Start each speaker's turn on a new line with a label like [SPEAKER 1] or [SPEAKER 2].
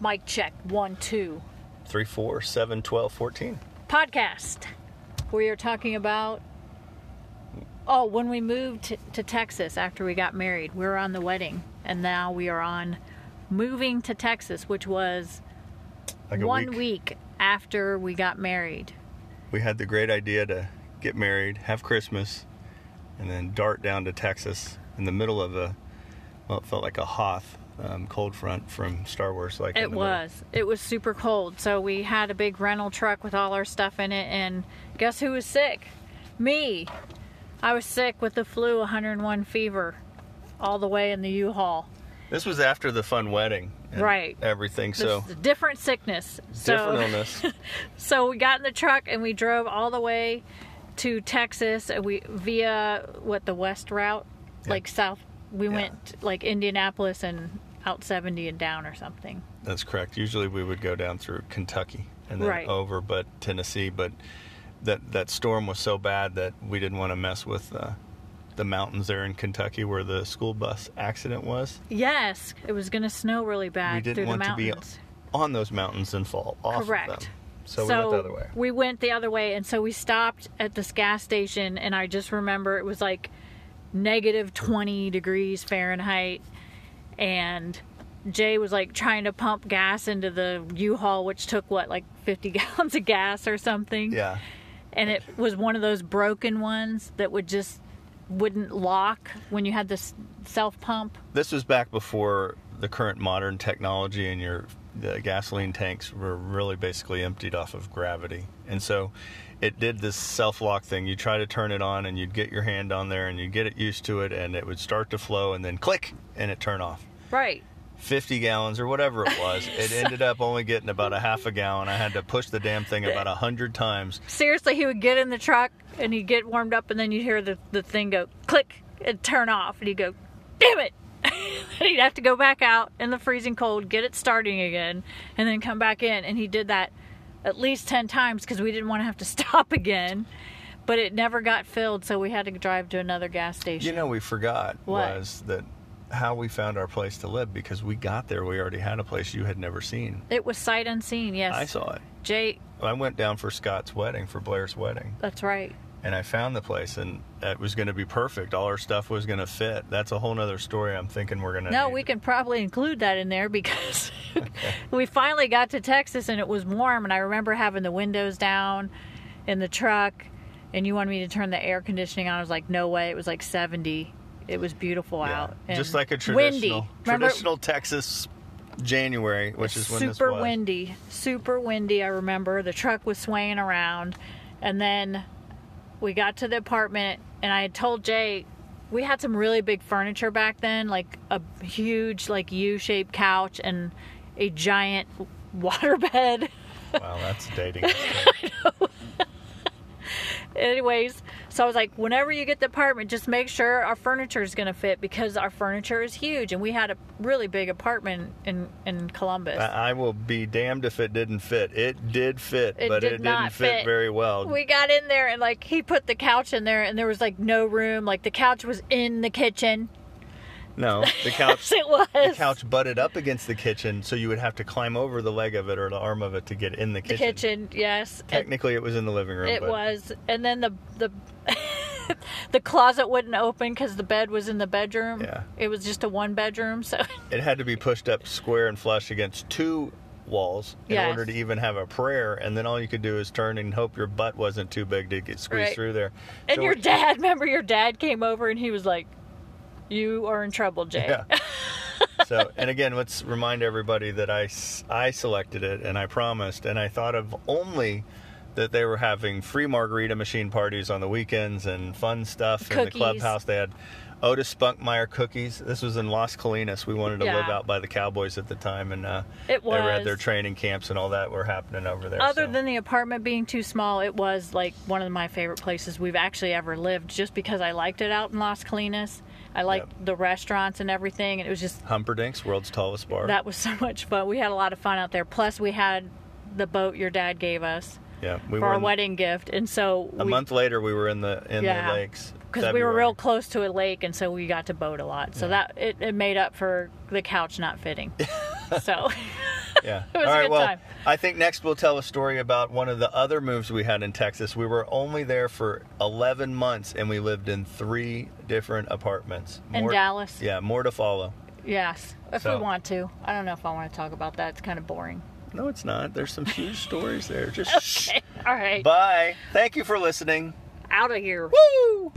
[SPEAKER 1] Mic check one, two.
[SPEAKER 2] 3, 4, 7, 12, 14.
[SPEAKER 1] Podcast. We are talking about. Oh, when we moved to, to Texas after we got married, we were on the wedding, and now we are on moving to Texas, which was
[SPEAKER 2] Like a
[SPEAKER 1] one
[SPEAKER 2] week.
[SPEAKER 1] week after we got married.
[SPEAKER 2] We had the great idea to get married, have Christmas, and then dart down to Texas in the middle of a, well, it felt like a Hoth um, cold front from Star Wars. Like in
[SPEAKER 1] It
[SPEAKER 2] the middle.
[SPEAKER 1] was. It was super cold. So we had a big rental truck with all our stuff in it. And guess who was sick? Me. I was sick with the flu, 101 fever, all the way in the U Haul.
[SPEAKER 2] This was after the fun wedding. and
[SPEAKER 1] Right.
[SPEAKER 2] Everything. So,
[SPEAKER 1] different sickness.
[SPEAKER 2] different
[SPEAKER 1] so,
[SPEAKER 2] illness.
[SPEAKER 1] so we got in the truck and we drove all the way to Texas. And we via what the west route,
[SPEAKER 2] Yeah.
[SPEAKER 1] like south. We
[SPEAKER 2] Yeah.
[SPEAKER 1] went like Indianapolis and out 70 and down or something.
[SPEAKER 2] That's correct. Usually we would go down through Kentucky and then
[SPEAKER 1] Right.
[SPEAKER 2] over, but Tennessee. But that that storm was so bad that we didn't want to mess with uh, the mountains there in Kentucky where the school bus accident was.
[SPEAKER 1] Yes, it was going to snow really bad
[SPEAKER 2] we didn't
[SPEAKER 1] through
[SPEAKER 2] want
[SPEAKER 1] the
[SPEAKER 2] to be
[SPEAKER 1] mountains.
[SPEAKER 2] on those mountains and fall off of
[SPEAKER 1] Correct.
[SPEAKER 2] them. So, we went the other way.
[SPEAKER 1] we went the other way, and so we stopped at this gas station, and I just remember it was like negative 20 degrees Fahrenheit, and Jay was like trying to pump gas into the U-Haul, which took what like 50 gallons of gas or something.
[SPEAKER 2] Yeah.
[SPEAKER 1] And it was one of those broken ones that would just wouldn't lock when you had this self pump.
[SPEAKER 2] This was back before the current modern technology and your the gasoline tanks were really basically emptied off of gravity. And so it did this self-lock thing. You try to turn it on and you'd get your hand on there and you'd get it used to it and it would start to flow and then click and it turn off.
[SPEAKER 1] Right.
[SPEAKER 2] 50 gallons or whatever it was. It ended up only getting about a half a gallon. I had to push the damn thing about a 100 times.
[SPEAKER 1] seriously, he would get in the truck and he'd get warmed up, and then you'd hear the, the thing go click and turn off, and he'd go, damn it. and he'd have to go back out in the freezing cold, get it starting again, and then come back in. And he did that at least 10 times because we didn't want to have to stop again. But it never got filled, so we had to drive to another gas
[SPEAKER 2] You
[SPEAKER 1] station.
[SPEAKER 2] know, we forgot
[SPEAKER 1] What?
[SPEAKER 2] was that how we found our place to live because we got there. We already had a place you had never seen.
[SPEAKER 1] it was sight unseen, yes.
[SPEAKER 2] I saw it.
[SPEAKER 1] Jay,
[SPEAKER 2] I went down for Scott's wedding, for Blair's wedding,
[SPEAKER 1] that's right.
[SPEAKER 2] and I found the place, and it was going to be perfect. All our stuff was going to fit. That's a whole nother story. I'm thinking we're going to.
[SPEAKER 1] No, we can probably include that in there because we finally got to Texas and it was warm. And I remember having the windows down in the truck, and you wanted me to turn the air conditioning on. I was like, no way. It was like 70. It was beautiful out. And
[SPEAKER 2] Just like a
[SPEAKER 1] windy.
[SPEAKER 2] traditional,
[SPEAKER 1] Remember,
[SPEAKER 2] traditional Texas January, which is when this
[SPEAKER 1] super
[SPEAKER 2] was.
[SPEAKER 1] windy, super windy. I remember the truck was swaying around, and then we got to the apartment, and I had told Jay we had some really big furniture back then, like a huge like U-shaped couch and a giant waterbed.
[SPEAKER 2] Wow, that's dating. us.
[SPEAKER 1] Anyways, so I was like, whenever you get the apartment, just make sure our furniture is going to fit because our furniture is huge, and we had a really big apartment in in Columbus.
[SPEAKER 2] I I will be damned if it didn't fit. It did fit,
[SPEAKER 1] It
[SPEAKER 2] but
[SPEAKER 1] did
[SPEAKER 2] it didn't
[SPEAKER 1] not
[SPEAKER 2] fit,
[SPEAKER 1] fit.
[SPEAKER 2] very well.
[SPEAKER 1] we got in there and like he put the couch in there and there was like no room like the couch was in the kitchen
[SPEAKER 2] no, the couch.
[SPEAKER 1] it was
[SPEAKER 2] The couch butted up against the kitchen, so you would have to climb over the leg of it or the arm of it to get in the
[SPEAKER 1] the
[SPEAKER 2] kitchen.
[SPEAKER 1] kitchen yes And
[SPEAKER 2] Technically, it was in the living room.
[SPEAKER 1] it
[SPEAKER 2] but
[SPEAKER 1] was and then the the the closet wouldn't open because the bed was in the bedroom
[SPEAKER 2] Yeah.
[SPEAKER 1] it was just a one bedroom so
[SPEAKER 2] It had to be pushed up square and flush against two walls in
[SPEAKER 1] Yes.
[SPEAKER 2] order to even have a prayer. And then all you could do is turn and hope your butt wasn't too big to get squeezed
[SPEAKER 1] Right.
[SPEAKER 2] through there.
[SPEAKER 1] and
[SPEAKER 2] So
[SPEAKER 1] your
[SPEAKER 2] it-
[SPEAKER 1] dad remember your dad came over and he was like you are in trouble jay
[SPEAKER 2] Yeah. so, and again, let's remind everybody that I, s- I selected it and I promised and I thought of only that they were having free margarita machine parties on the weekends and fun stuff in the
[SPEAKER 1] Cookies.
[SPEAKER 2] clubhouse. They had Otis Spunkmeyer cookies. This was in Las Colinas. We wanted to live
[SPEAKER 1] Yeah.
[SPEAKER 2] out by the Cowboys at the time, and uh,
[SPEAKER 1] It
[SPEAKER 2] they were at
[SPEAKER 1] was.
[SPEAKER 2] their training camps and all that were happening over there.
[SPEAKER 1] other
[SPEAKER 2] so.
[SPEAKER 1] than the apartment being too small, it was like one of my favorite places we've actually ever lived just because I liked it out in Las Colinas. I liked
[SPEAKER 2] Yep.
[SPEAKER 1] the restaurants and everything, and it was just
[SPEAKER 2] Humperdinck's, world's tallest bar.
[SPEAKER 1] that was so much fun. We had a lot of fun out there. Plus, we had the boat your dad gave us
[SPEAKER 2] yeah, we
[SPEAKER 1] for
[SPEAKER 2] were
[SPEAKER 1] our
[SPEAKER 2] in-
[SPEAKER 1] wedding gift, and so
[SPEAKER 2] A month later, we were in the in
[SPEAKER 1] Yeah.
[SPEAKER 2] the lakes
[SPEAKER 1] because we were real
[SPEAKER 2] February.
[SPEAKER 1] close to a lake, and so we got to boat a lot. So that it, it made up for the couch not fitting. so
[SPEAKER 2] yeah.
[SPEAKER 1] It was
[SPEAKER 2] All
[SPEAKER 1] a
[SPEAKER 2] right.
[SPEAKER 1] good
[SPEAKER 2] well,
[SPEAKER 1] time.
[SPEAKER 2] I think next we'll tell a story about one of the other moves we had in Texas. We were only there for 11 months, and we lived in three different apartments.
[SPEAKER 1] In Dallas?
[SPEAKER 2] Yeah, more to follow.
[SPEAKER 1] Yes, if
[SPEAKER 2] So-
[SPEAKER 1] we want to. I don't know if I want to talk about that. It's kind of boring.
[SPEAKER 2] No, it's not. There's some huge stories there. Just shh.
[SPEAKER 1] All right,
[SPEAKER 2] bye. Thank you for listening.
[SPEAKER 1] out of here.
[SPEAKER 2] Woo!